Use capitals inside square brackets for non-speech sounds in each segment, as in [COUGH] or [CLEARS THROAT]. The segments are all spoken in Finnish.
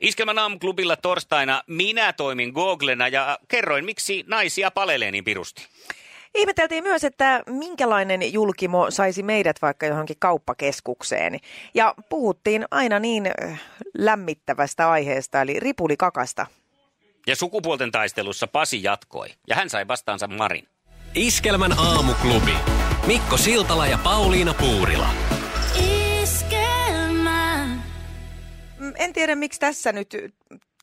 Iskelmän aamuklubilla torstaina minä toimin Googlena ja kerroin, miksi naisia palelee niin pirusti. Ihmeteltiin myös, että minkälainen julkimo saisi meidät vaikka johonkin kauppakeskukseen. Ja puhuttiin aina niin äh, lämmittävästä aiheesta, eli ripulikakasta. Ja sukupuolten taistelussa Pasi jatkoi. Ja hän sai vastaansa Marin. Iskelmän aamuklubi. Mikko Siltala ja Pauliina Puurila. Iskelmä. Mm, En tiedä, miksi tässä nyt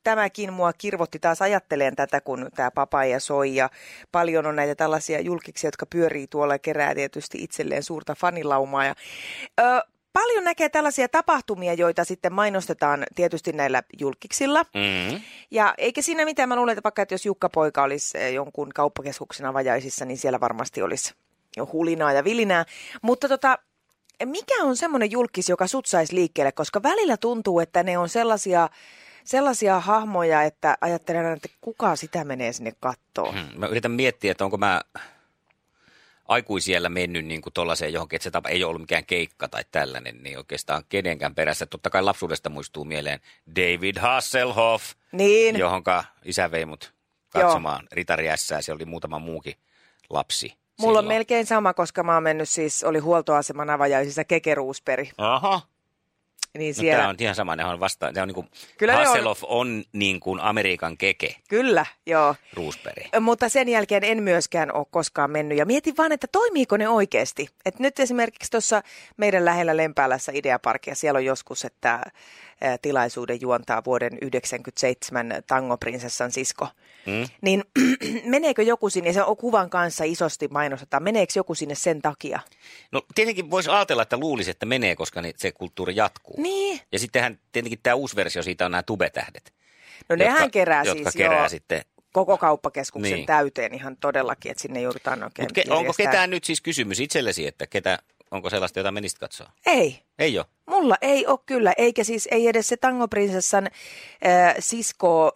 tämäkin mua kirvotti taas ajatteleen tätä, kun tämä papaija soi ja paljon on näitä tällaisia julkiksi, jotka pyörii tuolla ja kerää tietysti itselleen suurta fanilaumaa. Ja, ö, paljon näkee tällaisia tapahtumia, joita sitten mainostetaan tietysti näillä julkiksilla. Mm. Ja eikä siinä mitään, mä luulen, että vaikka että jos Jukka Poika olisi eh, jonkun kauppakeskuksen avajaisissa, niin siellä varmasti olisi jo hulinaa ja vilinää. Mutta tota, mikä on semmoinen julkis, joka sut saisi liikkeelle? Koska välillä tuntuu, että ne on sellaisia, sellaisia hahmoja, että ajattelen, aina, että kuka sitä menee sinne kattoon. Hmm. Mä yritän miettiä, että onko mä aikuisiellä mennyt niin kuin tollaiseen johonkin, että se tapa ei ole ollut mikään keikka tai tällainen, niin oikeastaan kenenkään perässä. Totta kai lapsuudesta muistuu mieleen David Hasselhoff, Niin, johonka isä vei mut katsomaan ritariässää. Siellä oli muutama muukin lapsi. mulla on silloin. melkein sama, koska mä oon mennyt siis, oli huoltoaseman avajaisissa kekeruusperi. Aha. Niin No, siellä, tämä on ihan sama, ne on vasta, ne on niin kuin, Kyllä Kyllä ne on. Hasselhoff on, on niin kuin Amerikan keke, kyllä, joo. Roosberg. Mutta sen jälkeen en myöskään ole koskaan mennyt. Ja mietin vaan, että toimiiko ne oikeasti. Et nyt esimerkiksi tuossa meidän lähellä Lempäälässä Ideaparkia, siellä on joskus, että ä, tilaisuuden juontaa vuoden 97 tangoprinsessan sisko. Mm. Niin [CLEARS THROAT] meneekö joku sinne, se on kuvan kanssa isosti mainostetaan, meneekö joku sinne sen takia? No tietenkin voisi ajatella, että luulisi, että menee, koska ni- se kulttuuri jatkuu. Niin. Ja sittenhän tietenkin tämä uusi versio siitä on nämä tubetähdet. No nehän jotka, kerää jotka siis kerää joo, sitten. koko kauppakeskuksen Niin. niin. täyteen ihan todellakin, että sinne joudutaan oikein Mut ke, onko järjestää. ketään nyt siis kysymys itsellesi, että ketä, onko sellaista, jota menisit katsoa? Ei. Ei ole. Mulla ei ole kyllä, eikä siis ei edes se tangoprinsessan äh, sisko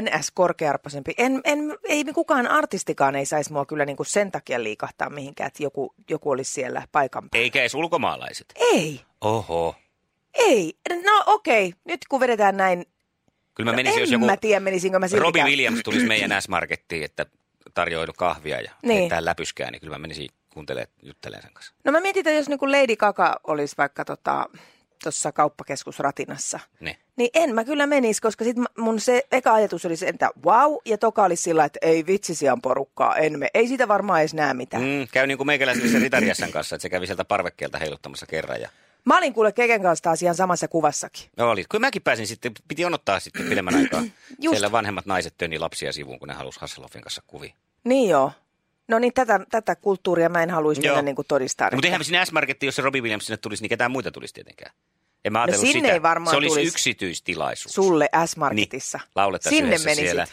ns. korkearpoisempi. En, en, ei me kukaan artistikaan ei saisi mua kyllä niinku sen takia liikahtaa mihinkään, että joku, joku olisi siellä paikan päällä. Eikä edes ulkomaalaiset. Ei, Oho. ei. No okei, nyt kun vedetään näin, Kyllä mä no, menisin, en jos joku mä tiedä menisinkö mä siltikään. Robbie Williams tulisi meidän S-Markettiin, että tarjoilu kahvia ja Niin. niin. läpyskää, niin kyllä mä menisin kuuntelemaan juttelemaan sen kanssa. No mä mietin, että jos niinku Lady Gaga olisi vaikka tota, tuossa kauppakeskusratinassa. Niin. Niin en mä kyllä menisi, koska sit mä- mun se eka ajatus oli se, että wow, ja toka oli sillä, että ei vitsi, siellä on porukkaa, en me. Ei siitä varmaan edes näe mitään. Mm. Mm, käy niin kuin meikäläisen Ritariassan kanssa, että se kävi sieltä parvekkeelta heiluttamassa kerran. Ja... Mä olin kuule Keken kanssa taas ihan samassa kuvassakin. No oli. Kyllä mäkin pääsin sitten, piti jonottaa sitten pidemmän aikaa. [CLEARS THROAT] Just. Siellä vanhemmat naiset töni lapsia sivuun, kun ne halusi Hasselhoffin kanssa kuvia. Niin joo. No niin, tätä, tätä kulttuuria mä en haluaisi Joo. mennä niin kuin todistaa. No, mutta eihän me sinne S-Markettiin, jos se Robbie Williams sinne tulisi, niin ketään muita tulisi tietenkään. En mä No ajatellut sinne sitä. ei varmaan se olisi tulisi. yksityistilaisuus. Sulle S-Marketissa. Niin, laulettaisiin Sinne yhdessä menisit. siellä.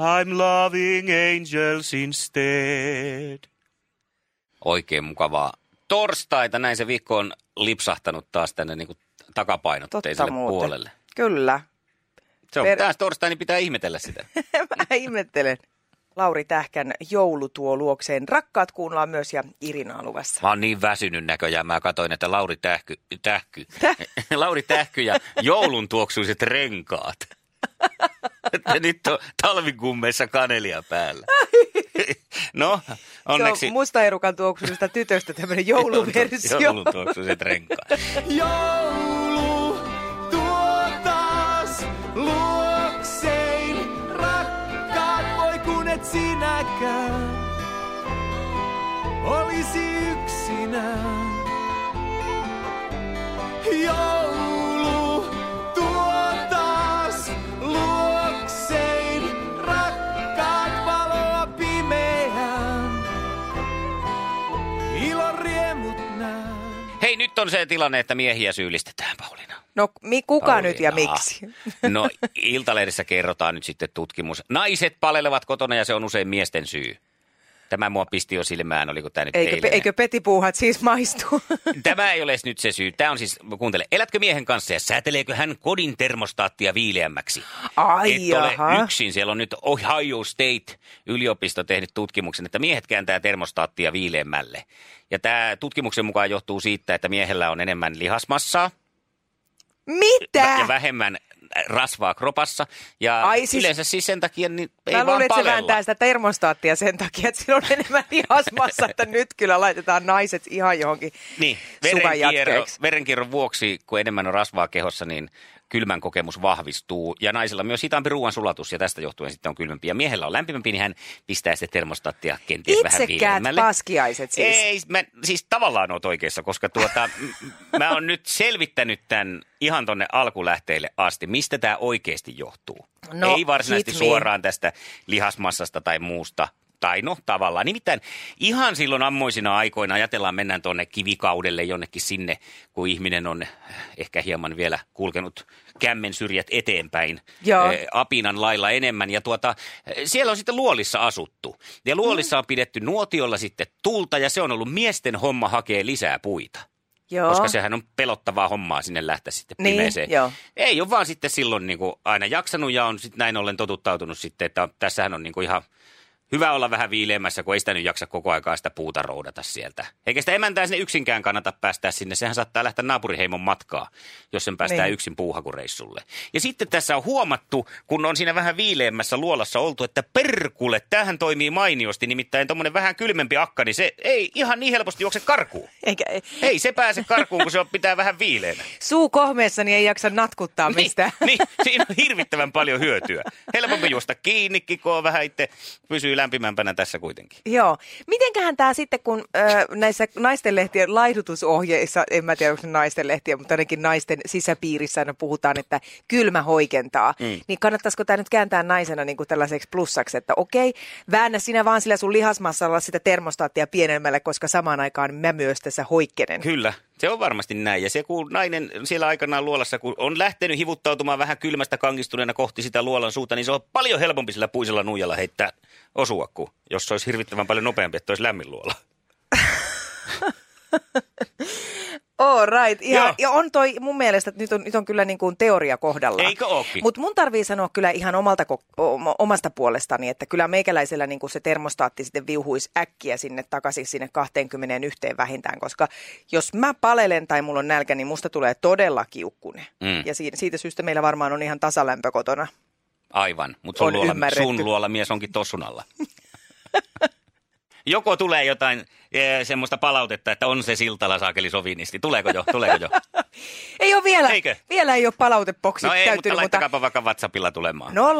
I'm loving angels instead. Oikein mukavaa torstaita. Näin se viikko on lipsahtanut taas tänne niin kuin takapainotteiselle Totta muuten. puolelle. Kyllä. [LAUGHS] Se on Per- taas torstai, niin pitää ihmetellä [LAUGHS] sitä. mä ihmettelen. Lauri Tähkän joulu tuo luokseen. Rakkaat kuunnellaan myös ja Irina on luvassa. Mä oon niin väsynyt näköjään. Mä katsoin, että Lauri Tähky, tähky. [LAUGHS] Lauri Tähky ja joulun tuoksuiset [LAUGHS] renkaat. että nyt on talvikummeissa kanelia päällä. no, onneksi Se on mustaerukan tuoksuista tytöstä tämmöinen jouluversio. joulun tuoksuiset renkaat. Joulu tuo taas luoksein rakkaat, voi kun et sinäkään olisi yksinään. Joulu tuo taas luoksein rakkaat valoa pimeään. Ilon riemut näen. Hei, nyt on se tilanne, että miehiä syyllistetään, Pauliina. No mi- kuka Pauliina. nyt ja [LAUGHS] miksi? No Iltalehdessä kerrotaan nyt sitten tutkimus. Naiset palelevat kotona ja se on usein miesten syy. Tämä mua pisti jo silmään, oliko tämä nyt Eikö, eilinen? eikö petipuuhat [LAUGHS] siis maistu? Tämä ei ole edes nyt se syy. Tämä on siis, kuuntele, elätkö miehen kanssa ja sääteleekö hän kodin termostaattia viileämmäksi? Ai Et ole jaha. yksin. Siellä on nyt Ohio State yliopisto tehnyt tutkimuksen, että miehet kääntää termostaattia viileämmälle. Ja tämä tutkimuksen mukaan johtuu siitä, että miehellä on enemmän lihasmassaa Mitä? ja vähemmän rasvaa kropassa. Ja Ai siis- yleensä siis sen takia niin ei Mä vaan luulen, että se palella. vääntää sitä termostaattia sen takia, että sillä on enemmän lihasmassa, että nyt kyllä laitetaan naiset ihan johonkin Niin, suvan verenkierro, jatkeeksi. verenkierron vuoksi, kun enemmän on rasvaa kehossa, niin kylmän kokemus vahvistuu. Ja naisilla myös hitaampi ruoan sulatus, ja tästä johtuen sitten on kylmempi. Ja miehellä on lämpimämpi, niin hän pistää sitten termostaattia kenties vähän Itsekkäät viileämmälle. paskiaiset siis. Ei, mä, siis tavallaan oot oikeassa, koska tuota, m- mä oon nyt selvittänyt tämän ihan tonne alkulähteille asti, mistä tämä oikeasti johtuu. No, Ei varsinaisesti hit me. suoraan tästä lihasmassasta tai muusta, tai no tavallaan. Nimittäin ihan silloin ammoisina aikoina ajatellaan, mennään tuonne kivikaudelle jonnekin sinne, kun ihminen on ehkä hieman vielä kulkenut kämmen syrjät eteenpäin Joo. eh, apinan lailla enemmän. Ja tuota, eh, siellä on sitten luolissa asuttu. Ja luolissa on pidetty nuotiolla sitten tulta ja se on ollut miesten homma hakea lisää puita. Joo. Koska sehän on pelottavaa hommaa sinne lähteä sitten Niin, pimeeseen. joo. Ei ole vaan sitten silloin niin kuin aina jaksanut ja on sitten näin ollen totuttautunut sitten, että tässähän on niin kuin ihan hyvä olla vähän viileämmässä, kun ei sitä nyt jaksa koko aikaa sitä puuta roudata sieltä. Eikä sitä emäntää sinne yksinkään kannata päästää sinne, sehän saattaa lähteä naapuriheimon matkaa, jos sen päästään Niin. yksin puuhakureissulle. Ja sitten tässä on huomattu, kun on siinä vähän viileämmässä luolassa oltu, että perkule, tämähän toimii mainiosti, nimittäin tuommoinen vähän kylmempi akka, niin se ei ihan niin helposti juokse karkuun. Eikä, ei. Ei se pääse karkuun, kun se on, pitää vähän viileänä. Suu kohmeessa niin ei jaksa natkuttaa mistään. [LAUGHS] Niin, niin, siinä on hirvittävän paljon hyötyä. Helpompi juosta kiinni, kikoa vähän itse, pysyy lämpimämpänä tässä kuitenkin. Joo. Mitenköhän tämä sitten, kun ö, näissä naistenlehtien laihdutusohjeissa, en mä tiedä, onko ne naistenlehtiä, mutta ainakin naisten sisäpiirissä aina puhutaan, että kylmä hoikentaa. Mm. Niin kannattaisiko tämä nyt kääntää naisena niin kuin tällaiseksi plussaksi, että okei, väännä sinä vaan sillä sun lihasmassalla sitä termostaattia pienemmälle, koska samaan aikaan mä myös tässä hoikkenen. Kyllä, se on varmasti näin. Ja se, kun nainen siellä aikanaan luolassa, kun on lähtenyt hivuttautumaan vähän kylmästä kangistuneena kohti sitä luolan suuta, niin se on paljon helpompi sillä puisella nuijalla heittää osua, kuin jos se olisi hirvittävän paljon nopeampi, että olisi lämmin luola. All right. Ihan, Joo. ja on toi mun mielestä, että nyt on, nyt on kyllä niin kuin teoria kohdalla. Eikö ookin? Mutta mun tarvii sanoa kyllä ihan omalta, ko- o- omasta puolestani, että kyllä meikäläisellä niin kuin se termostaatti sitten viuhuisi äkkiä sinne takaisin sinne 21 vähintään, koska jos mä palelen tai mulla on nälkä, niin musta tulee todella kiukkune. Mm. Ja siitä, siitä syystä meillä varmaan on ihan tasalämpö kotona. Aivan, mutta sun, On luola, ymmärretty. sun luola mies onkin tossun [LAUGHS] alla. Joko tulee jotain ee, semmoista palautetta, että on se Siltala saakeli sovinisti. Tuleeko jo? Tuleeko [LAUGHS] jo? Ei ole vielä, Eikö? vielä ei ole palauteboksit No ei, täytynyt, mutta laittakaapa vaikka WhatsAppilla tulemaan. No, 0440366800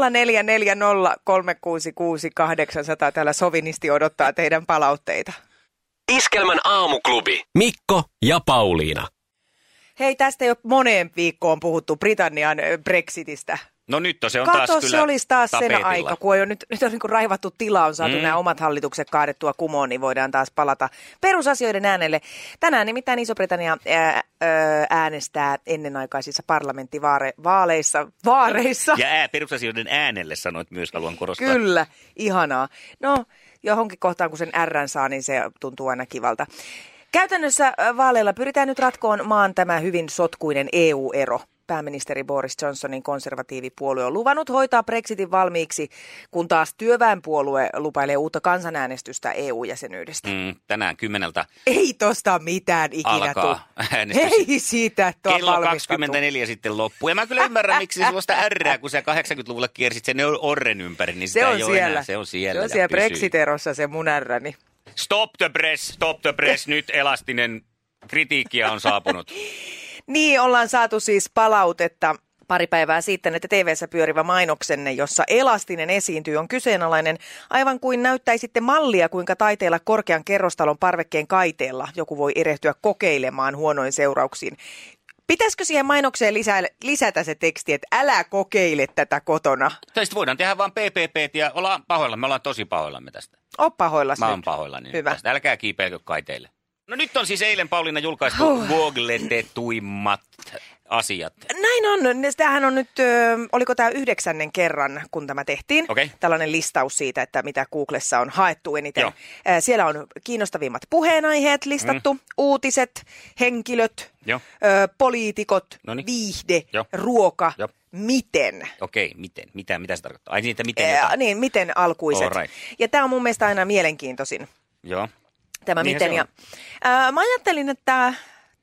täällä sovinisti odottaa teidän palautteita. Iskelmän aamuklubi. Mikko ja Pauliina. Hei, tästä ei ole moneen viikkoon puhuttu Britannian ö, Brexitistä. No nyt on, se on taas Kato, kyllä se olisi taas tapetilla. sen aika, kun on jo nyt, nyt on niin raivattu tila, on saatu mm. nämä omat hallitukset kaadettua kumoon, niin voidaan taas palata perusasioiden äänelle. Tänään nimittäin Iso-Britannia ää, ää, äänestää ennenaikaisissa parlamenttivaaleissa. Vaareissa. Ja ää, perusasioiden äänelle sanoit myös, haluan korostaa. Kyllä, ihanaa. No, johonkin kohtaan kun sen Rn saa, niin se tuntuu aina kivalta. Käytännössä ö, vaaleilla pyritään nyt ratkoon maan tämä hyvin sotkuinen EU-ero. Pääministeri Boris Johnsonin konservatiivipuolue on luvannut hoitaa Brexitin valmiiksi, kun taas työväenpuolue lupailee uutta kansanäänestystä EU-jäsenyydestä. Mm, tänään kymmeneltä Ei tosta mitään ikinä tuu. alkaa äänestys. Ei siitä tuo Kello 24 sitten loppuu. Ja mä kyllä ymmärrän, miksi sellaista ärrää, kun sä 80-luvulla kiersit sen orren ympäri, niin sitä Se on, ei ole siellä. Enää. Se on siellä. Se on ja siellä pysyy. Brexit-erossa se mun niin ärräni. Stop the press, stop the press. Nyt elastinen kritiikkiä on saapunut. Niin, ollaan saatu siis palautetta pari päivää sitten, että TV-ssä pyörivä mainoksenne, jossa elastinen esiintyy, on kyseenalainen, aivan kuin näyttäisitte mallia, kuinka taiteella korkean kerrostalon parvekkeen kaiteella joku voi erehtyä kokeilemaan huonoin seurauksiin. Pitäisikö siihen mainokseen lisää, lisätä se teksti, että älä kokeile tätä kotona? [LAUGHS] Tästä voidaan tehdä vaan PPP ja ollaan pahoilla. Me ollaan tosi pahoillamme tästä. O pahoillas Mä nyt. oon pahoillani Hyvä. Hyvä. tästä. Älkää kiipeilkö kaiteille. No nyt on siis eilen Pauliina julkaistu googletetuimmat asiat. Näin on. Ne- Tämähän on nyt, ö, oliko tämä yhdeksännen kerran, kun tämä tehtiin. Okei. Tällainen listaus siitä, että mitä Googlessa on haettu eniten. Joo. Ö, Siellä on kiinnostavimmat puheenaiheet listattu, mm. uutiset, henkilöt, Joo. ö, poliitikot, Noniin. viihde, Joo. ruoka, Joo. miten. Okei, miten? Mitä, mitä se tarkoittaa? Ai niin, että miten Ää, jotain. niin, miten alkuiset. Alright. Ja tämä on mun mielestä aina mielenkiintoisin. Joo. Tämä Niinhän miten. se Ja, on. ää, mä ajattelin, että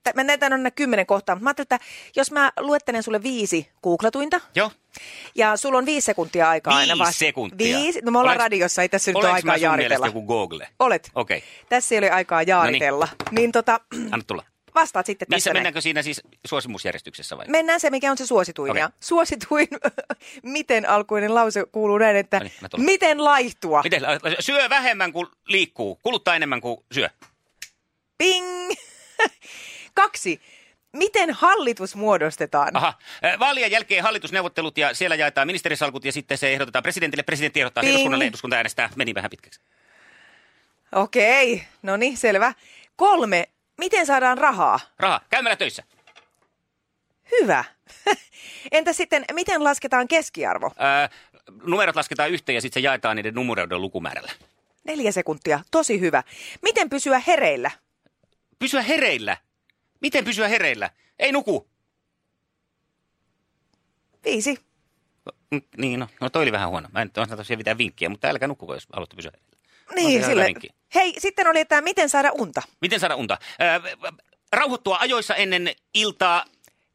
tä- Mä näitä on nämä kymmenen kohtaa, mutta mä ajattelin, että jos mä luettelen sulle viisi googlatuinta, Joo. ja sulla on viisi sekuntia aikaa aina Viisi vasta. sekuntia. Viisi? No me ollaan Oleks- radiossa, ei tässä nyt ole Olenko aikaa mä sun mielestä jaaritella. joku Google? Olet. Okei, Tässä ei ole aikaa jaaritella. Niin, tota, [CLEARS THROAT] anna tulla. vastaat sitten Missä tässä mennäänkö siinä siis suosimusjärjestyksessä vai? näin. Mennään se, mikä on se suosituin. Okei. Ja suosituin, [LAUGHS] miten alkuinen lause kuuluu näin, että No niin, mä tulen. miten laihtua? Ah. Miten, äh, syö vähemmän kuin liikkuu, kuluttaa enemmän kuin syö. Ping! [LAUGHS] Kaksi. Miten hallitus muodostetaan? Aha. Äh, Vaalien jälkeen hallitusneuvottelut ja siellä jaetaan ministerisalkut ja sitten se ehdotetaan presidentille, presidentti ehdottaa Ping. eduskunnalle, eduskunta äänestää. Meni vähän pitkäksi. Okei, no niin, selvä. Kolme. Miten saadaan rahaa? Raha, käymällä töissä. Hyvä. [LAUGHS] Entä sitten, miten lasketaan keskiarvo? Äh, numerot lasketaan yhteen ja sitten se jaetaan niiden numeroiden lukumäärällä. Neljä sekuntia, tosi hyvä. Miten pysyä hereillä? Pysyä hereillä. Miten pysyä hereillä? Ei nuku. Viisi. Mm, Niin, no, no toi oli vähän huono. Mä en anna tosiaan mitään vinkkiä, mutta älkää nukkuko, jos haluatte pysyä hereillä. se Niin, ihan sille. välinkin. Hei, sitten oli tämä, miten saada unta. Miten saada unta? Äh, rauhoittua ajoissa ennen iltaa,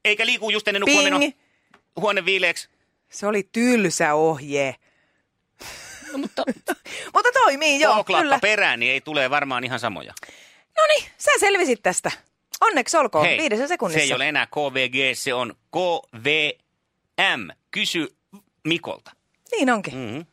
eikä liiku just ennen nukkua Ping. Huone viileeksi. Se oli tylsä ohje. No, mutta [LAUGHS] Mutta toimii, joo, Joo, kyllä. perään, niin ei tule varmaan ihan samoja. No niin, sä selvisit tästä. Onneksi olkoon, viidessä sekunnissa. Se ei ole enää KVG, se on KVM. Kysy Mikolta. Niin onkin. Mm-hmm.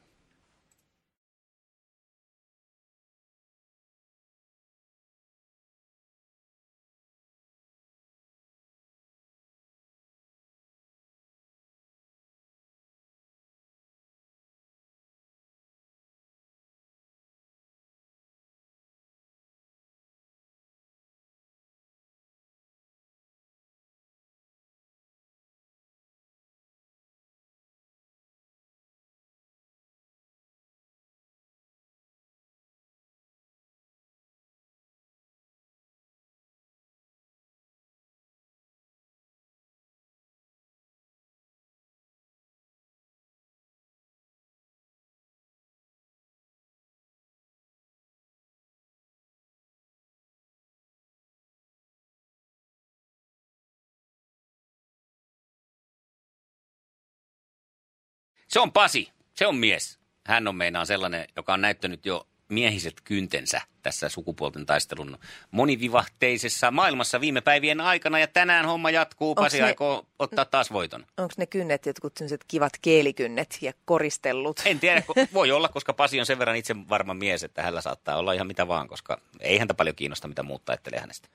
Se on Pasi, se on mies. Hän on meinaan sellainen, joka on näyttänyt jo miehiset kyntensä tässä sukupuolten taistelun monivivahteisessa maailmassa viime päivien aikana. Ja tänään homma jatkuu. Onks Pasi ne- aikoo ottaa taas voiton. Onko ne kynnet jotkut sellaiset kivat keelikynnet ja [LAUGHS] koristellut? En tiedä, kun- [LAUGHS] voi olla, koska Pasi on sen verran itse varma mies, että hänellä saattaa olla ihan mitä vaan, koska ei häntä paljon kiinnosta, mitä muut ajattelee hänestä.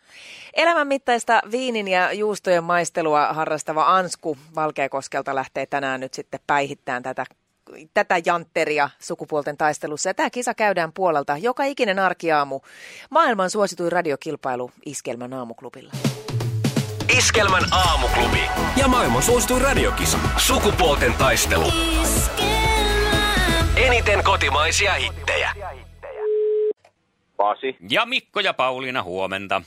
Elämänmittaista viinin ja juustojen maistelua harrastava Ansku Valkeakoskelta lähtee tänään nyt sitten päihittämään tätä tätä jantteria sukupuolten taistelussa. Ja tämä kisa käydään puolelta joka ikinen arkiaamu maailman suosituin radiokilpailu Iskelmän aamuklubilla. Iskelmän aamuklubi ja maailman suosituin radiokisa. Sukupuolten taistelu. Eniten kotimaisia hittejä. Pasi, Ja Mikko ja Pauliina, huomenta.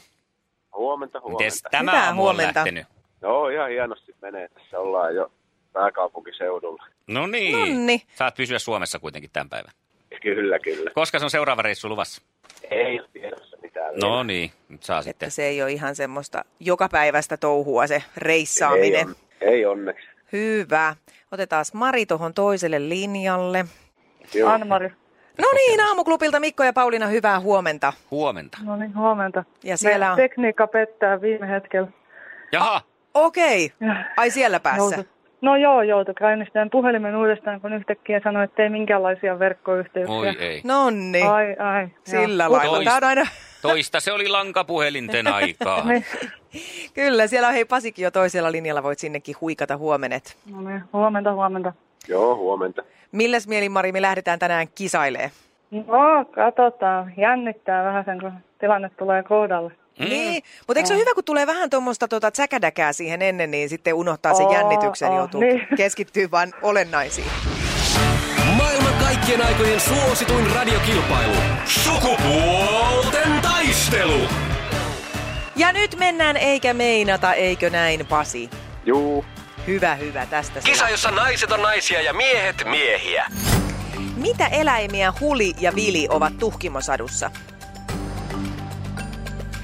huomenta, huomenta. Miten tämä Hyvää aamu on huomenta. lähtenyt? Joo, ihan hienosti menee. Tässä ollaan jo pääkaupunkiseudulla. No niin. Nonni. Saat pysyä Suomessa kuitenkin tämän päivän. Kyllä, kyllä. Koska se on seuraava reissu luvassa? Ei ole tiedossa mitään. vielä. No niin, nyt saa Että sitten. se ei ole ihan semmoista joka päivästä touhua se ei, reissaaminen. on, ei onneksi. Hyvä. Otetaan Mari tuohon toiselle linjalle. Joo. Anmari. No niin, aamuklubilta Mikko ja Pauliina, hyvää huomenta. Huomenta. No niin, huomenta. Ja siellä on- Meidän tekniikka pettää viime hetkellä. Jaha, Okei. Ai siellä päässä. Joutui- No joo, joutui käynnistämään puhelimen uudestaan, kun yhtäkkiä sanoi, että ei minkäänlaisia verkkoyhteyksiä. oi ei. No. Nonni. Ai, ai. Sillä joo. lailla. Toista. Tämä on aina, Toista se oli [LAUGHS] lankapuhelinten aikaa. Niin, kyllä, siellä on hei Pasikin jo toisella linjalla, voit sinnekin huikata huomenet. no niin, huomenta, huomenta. Joo, huomenta. Milläs mielin, Mari, me lähdetään tänään kisailee? No, katsotaan. Jännittää vähän sen, kun tilanne tulee kohdalle. Mm. Niin, mutta eikö se ole hyvä, kun tulee vähän tuommoista tota, säkädäkää siihen ennen, niin sitten unohtaa sen jännityksen, oo, joutuu niin. keskittyy vain olennaisiin. Maailman kaikkien aikojen suosituin radiokilpailu. Sukupuolten taistelu. Ja nyt mennään eikä meinata, eikö näin, Pasi? Juu, Hyvä, hyvä, tästä se. Kisa, jossa naiset on naisia ja miehet miehiä. Mitä eläimiä Huli ja Vili ovat tuhkimosadussa?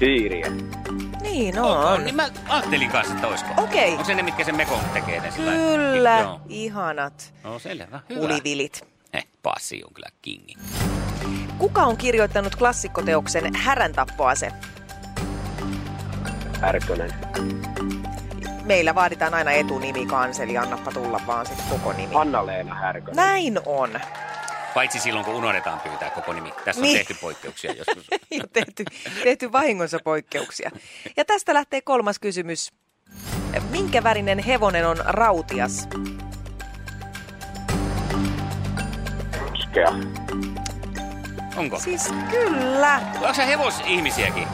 hiiriä. Niin on. Onko, niin mä ajattelin kanssa, että olisiko. Okei. Onko se ne, mitkä sen mekon tekee? Ne sillä lailla? Kyllä, Joo. ihanat No selvä, hyvä. hulivilit. Heh, Pasi on kyllä kingi. Kuka on kirjoittanut klassikkoteoksen Härän tappoase? Härkönen. Meillä vaaditaan aina etunimi kanseli, annappa tulla vaan sitten koko nimi. Hanna-Leena Härkönen. Näin on. [LAUGHS] Paitsi silloin, kun unohdetaan pyytää koko nimi. Tässä on Niin. tehty poikkeuksia [LAUGHS] joskus. Ja tehty, tehty vahingossa poikkeuksia. Ja tästä lähtee kolmas kysymys. Minkä värinen hevonen on rautias? Uskea. Onko? Siis kyllä. Onko sä hevosihmisiäkin?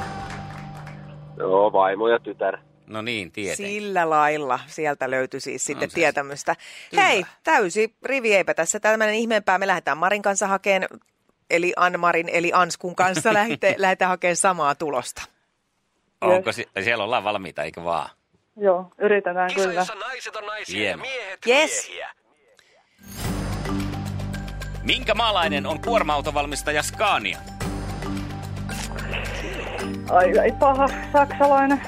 Joo, vaimo ja tytär. [LAUGHS] No niin, tietenkin. Sillä lailla sieltä löytyi siis sitten se- tietämystä. Kyllä. Hei, täysi rivi eipä tässä tämmöinen ihmeempää. Me lähdetään Marin kanssa hakeen, eli Anmarin, eli Anskun [LAUGHS] kanssa lähte, lähdetään hakemaan samaa tulosta. Onko si- siellä ollaan valmiita, eikö vaan? Joo, yritetään kyllä. naiset on naisia Hieno. Yes. Minkä maalainen on kuorma-autovalmistaja Scania? Ai, ai paha, saksalainen.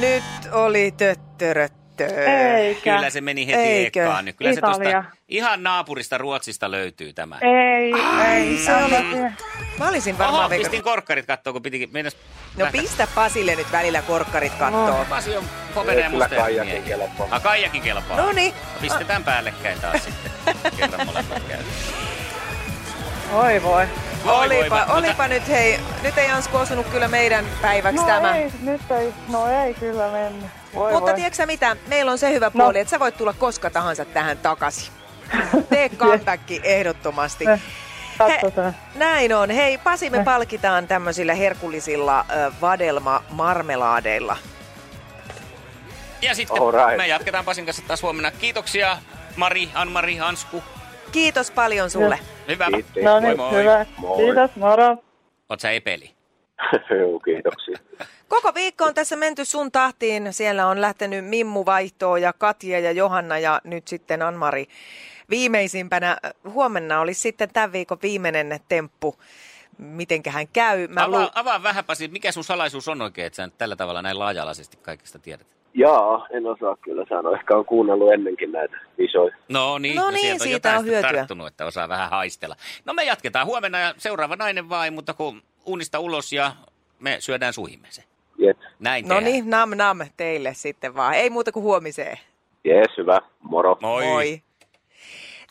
Nyt oli töttöröttö. Eikä. Kyllä se meni heti Eikö? ekkaan. nyt. Kyllä se Italia. tuosta ihan naapurista Ruotsista löytyy tämä. Ei, ei. se oli- Mä olisin varmaan... Oho, veka- pistin korkkarit kattoon, kun pitikin mennä. No pistä Pasille nyt välillä korkkarit Oh. kattoon. Pasi on popene ja Kyllä musta ja Kaijakin miehiä. kelpaa. Ah, Kaijakin kelpaa. No niin. Pistetään päällekkäin taas sitten. Kerran molemmat käy. Oi voi. Voi, Olipa, voi, olipa nyt hei, nyt ei Ansku osunut kyllä meidän päiväksi No tämä. ei, nyt ei, no ei kyllä mennä. Voi Mutta voi. tiedätkö sä mitä, meillä on se hyvä No. puoli, että sä voit tulla koska tahansa tähän takaisin. [LAUGHS] Tee comeback ehdottomasti. Eh, Katsotaan. Näin on. Hei Pasi, me palkitaan tämmöisillä herkullisilla ö, vadelma-marmelaadeilla. Ja sitten Alright. me jatketaan Pasin kanssa taas huomenna. Kiitoksia Mari, Anmari, Ansku. Kiitos paljon sulle. Hyvä. Kiitti. No Moi niin, moi. hyvä. Moi. Kiitos, moro. Oot sä epeli? Joo, kiitoksia. Koko viikko on tässä menty sun tahtiin. Siellä on lähtenyt Mimmu vaihtoon ja Katja ja Johanna ja nyt sitten Anmari viimeisimpänä. Huomenna olisi sitten tämän viikon viimeinen temppu. Mitenkähän käy? Mä Avaa, lu- avaa vähän Pasi, mikä sun salaisuus on oikein, että sä nyt tällä tavalla näin laaja-alaisesti kaikista tiedät? Jaa, en osaa kyllä sanoa. Ehkä on kuunnellut ennenkin näitä isoja. No niin, No niin, sieltä siitä jotain on sitten hyötyä. tarttunut, että osaa vähän haistella. No me jatketaan huomenna ja seuraava nainen vai, mutta kun uunista ulos ja me syödään suihimme se. Jet. Näin no tehdään. niin, nam nam teille sitten vaan. Ei muuta kuin huomiseen. Jees, hyvä. Moro. Moi.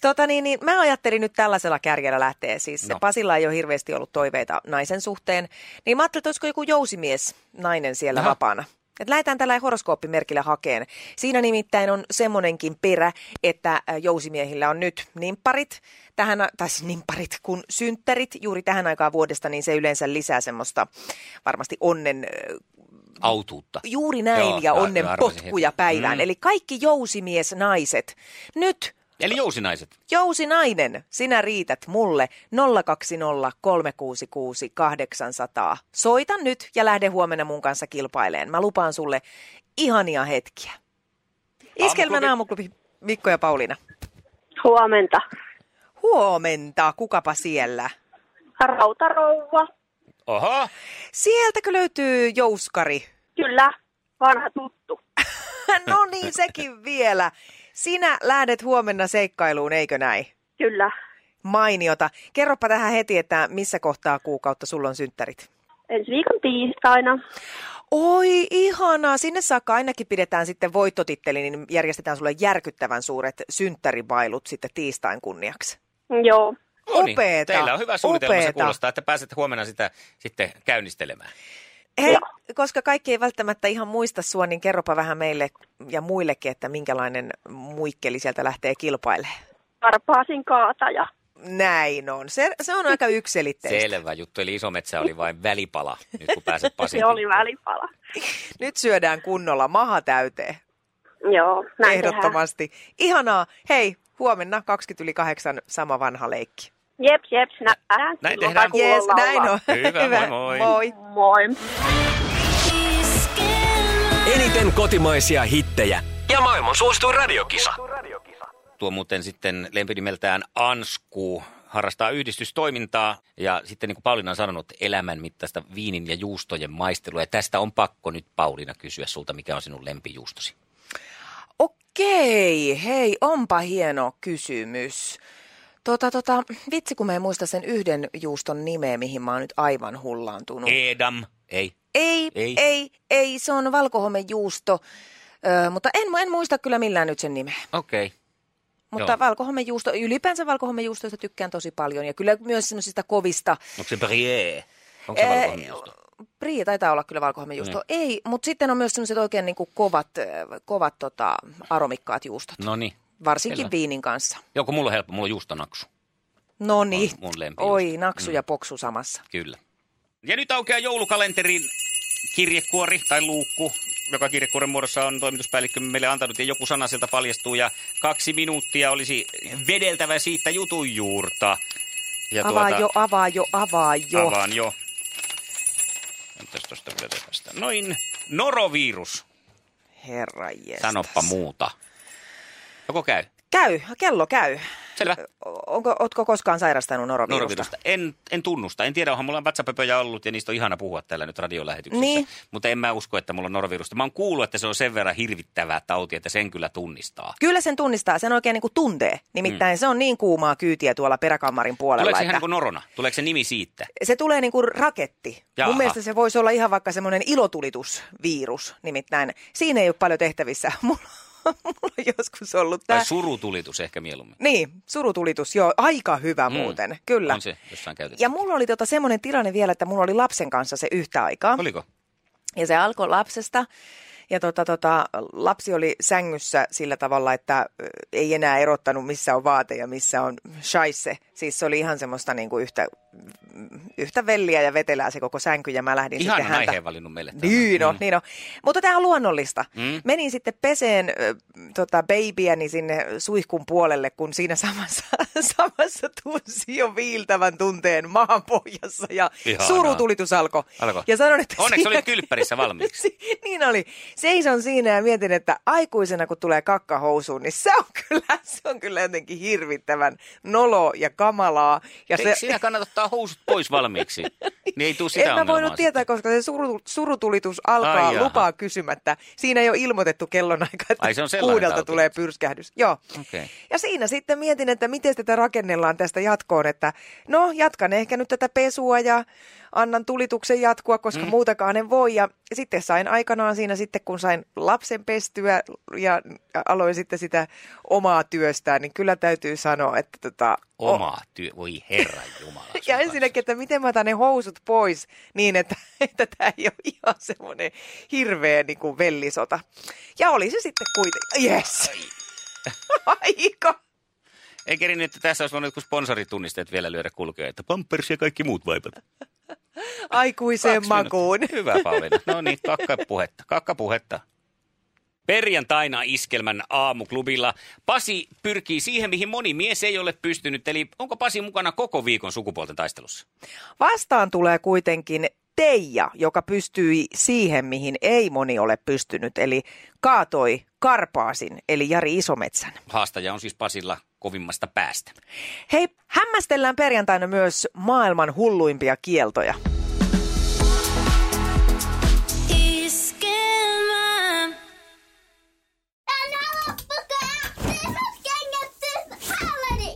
Tota niin, niin, mä ajattelin nyt tällaisella kärjellä lähteä. Siis no. No. Pasilla ei ole hirveästi ollut toiveita naisen suhteen. Niin mä ajattelin, että olisiko joku jousimies nainen siellä Aha. Aha. vapaana. Et lähdetään tällä horoskooppimerkillä hakeen. Siinä nimittäin on semmonenkin perä, että äh, jousimiehillä on nyt nimpparit, tähän, a- tai siis nimpparit kuin synttärit juuri tähän aikaan vuodesta, niin se yleensä lisää semmoista varmasti onnen äh, Autuutta. Juuri näin Joo, ja mä- onnen mä arvasin potkuja heti. päivään. Mm. Eli kaikki jousimies naiset. Nyt Eli jousinaiset. jousinainen, sinä riität mulle 020 366 800. Soita nyt ja lähde huomenna mun kanssa kilpaileen. Mä lupaan sulle ihania hetkiä. Iskelmän aamuklubi Mikko ja Pauliina. Huomenta. Huomenta, kukapa siellä? Rautarouva. Oho, Sieltäkö löytyy jouskari? [LAUGHS] Kyllä, vanha tuttu. no niin, sekin vielä. Sinä lähdet huomenna seikkailuun, eikö näin? Kyllä. Mainiota. Kerropa tähän heti, että missä kohtaa kuukautta sulla on synttärit. Ensi viikon tiistaina. Oi, ihanaa. Sinne saakka ainakin pidetään sitten voittotitteli, niin järjestetään sulle järkyttävän suuret synttäribailut sitten tiistain kunniaksi. Joo. no niin. Upeeta, Teillä on hyvä suunnitelma, upeeta. se kuulostaa, että pääset huomenna sitä sitten käynnistelemään. Hei, Joo. koska kaikki ei välttämättä ihan muista sua, niin kerropa vähän meille ja muillekin, että minkälainen muikkeli sieltä lähtee kilpailemaan. Varpaasin kaataja. Näin on. Se, se on aika yksiselitteistä. Selvä juttu, eli isometsä oli vain välipala, nyt kun pääset [LAUGHS] Pasin. Se oli välipala. Nyt syödään kunnolla maha täyteen. Joo, näin Ehdottomasti. Ihanaa. Hei, huomenna 20 yli 8 sama vanha leikki. tehdään. Jeps, jeps, nähdään. Näin silloin, tehdään. tai kuullaan Jees, näin laulaa. on. Hyvä, moi moi. moi. Moi. Eniten kotimaisia hittejä ja maailman suosituin radiokisa. Tuo muuten sitten lempinimeltään Ansku harrastaa yhdistystoimintaa ja sitten niin kuin Pauliina on sanonut, elämän mittaista viinin ja juustojen maistelua. Ja tästä on pakko nyt Pauliina kysyä sulta, mikä on sinun lempijuustosi. Okei, hei, onpa hieno kysymys. Tota, tota, vitsi kun mä en muista sen yhden juuston nimeä, mihin mä oon nyt aivan hullaantunut. Edam. Ei. Ei, Ei. ei, ei, ei se on valkohomejuusto, öö, mutta en, en muista kyllä millään nyt sen nimeä. Okei. Okay. Joo. Mutta valkohomejuusto, ylipäänsä valkohomejuustoista tykkään tosi paljon ja kyllä myös semmoisista kovista. Onko se brie? Onko se Niin. Ää, valkohonjuusto? Prii taitaa olla kyllä valkohomejuusto. Ei, mutta sitten on myös semmoiset oikein niin kuin kovat, ö, kovat tota, aromikkaat juustot, No niin. varsinkin selvä. viinin kanssa. Joku mulla on helppo, mulla on juustonaksu. No niin, mun Mm. lempijuusto. oi naksu ja poksu samassa. Kyllä. Ja nyt aukeaa joulukalenterin kirjekuori tai luukku, joka kirjekuoren muodossa on toimituspäällikkö meille antanut, ja joku sana sieltä paljastuu, ja kaksi minuuttia olisi vedeltävä siitä jutun juurta. Ja tuota- Avaa jo, avaa jo, avaa jo. Avaan jo. Entäs tuosta vielä tästä? Noin. Norovirus. Herra jestas. Sanoppa muuta. Joko käy? Käy, kello käy. Selvä. O- Onko, ootko koskaan sairastanut norovirusta? Norovirusta. En, en tunnusta. En tiedä, onhan mulla WhatsApp-pöpöjä ollut ja niistä on ihana puhua täällä nyt radiolähetyksessä. Niin. Mutta en mä usko, että mulla on norovirusta. Mä oon kuullut, että se on sen verran hirvittävää tauti, että sen kyllä tunnistaa. Kyllä sen tunnistaa, sen oikein niin kuin tuntee. Nimittäin mm. se on niin kuumaa kyytiä tuolla peräkammarin puolella. Tuleeko se ihan niin kuin norona? Tuleeko se nimi siitä? se tulee niin kuin raketti. Jaha. Jaha. Mun mielestä se voisi olla ihan vaikka semmoinen ilotulitusvirus, nimittäin. Siinä ei ole paljon tehtävissä. [LAUGHS] Mulla, mulla on joskus ollut Tää... tämä. Tai surutulitus ehkä mieluummin. Niin, surutulitus, joo, aika hyvä Mm. mm. muuten, kyllä. On se jossain käytetty. Ja mulla oli tota semmoinen tilanne vielä, että mulla oli lapsen kanssa se yhtä aikaa. Oliko? Ja se alkoi lapsesta. Ja tota, tota, lapsi oli sängyssä sillä tavalla, että ö, ei enää erottanut missä on vaate ja missä on shaisse. Siis se oli ihan semmoista niin kuin yhtä, yhtä velliä ja vetelää se koko sänky ja mä lähdin Ihan sitten häntä. aiheen valinnut meille. tämän. Niin on, Mm. niin on. Mutta tämä on luonnollista. Mm. Mm. Menin sitten peseen ö, tota, babyäni sinne suihkun puolelle, kun siinä samassa, [LAUGHS] samassa tunsi jo viiltävän tunteen maan pohjassa ja Ihanaa. surutulitus alkoi. Alkoi. Ja sanon, että Onneksi siinä- olit kylppärissä valmiiksi. [LAUGHS] Si- niin oli. Seison siinä ja mietin, että aikuisena kun tulee kakka housuun, niin se on kyllä, se on kyllä jotenkin hirvittävän nolo ja kamalaa. Ja Eikö sinä kannata ottaa housut pois valmiiksi? niin ei [LAUGHS] tule sitä en mä ongelmaa voinut tietää, koska se suru, surutulitus alkaa Ai jaha. Ai lupaa kysymättä. Siinä ei ole ilmoitettu kellonaikaa, että Ai, se on sellainen kuudelta tauti. tulee pyrskähdys. Joo. Okei. Ja siinä sitten mietin, että miten tätä rakennellaan tästä jatkoon, että no jatkan ehkä nyt tätä pesua ja annan tulituksen jatkua, koska mm. muutakaan en voi. Ja sitten sain aikanaan siinä sitten, kun sain lapsen pestyä ja aloin sitten sitä omaa työstään, niin kyllä täytyy sanoa, että tota, o- Oma työ. Voi herra jumala. ja ensinnäkin, että miten mä otan ne housut pois niin, että [LAUGHS] että tämä ei ole ihan semmoinen hirveä niin kuin vellisota. Ja oli se sitten kuitenkin. Yes! [LAUGHS] Aika! Ei kerin, että tässä olisi voinut jotkut sponsoritunnisteet vielä lyödä kulkea, että Pampers ja kaikki muut vaipat. Aikuiseen Kaksi makuun. minuuttia. [LAUGHS] Hyvä Pauliina. No niin, kakkapuhetta, kakkapuhetta. Perjantaina iskelmän aamuklubilla Pasi pyrkii siihen, mihin moni mies ei ole pystynyt. Eli onko Pasi mukana koko viikon sukupuolten taistelussa? Vastaan tulee kuitenkin Teija, joka pystyi siihen, mihin ei moni ole pystynyt, eli kaatoi Karpaasin, eli Jari Isometsän. Haastaja on siis Pasilla kovimmasta päästä. Hei, hämmästellään perjantaina myös maailman hulluimpia kieltoja. Iskelmä. Tänä loppukaa! Tisat kengät, tisat hallari!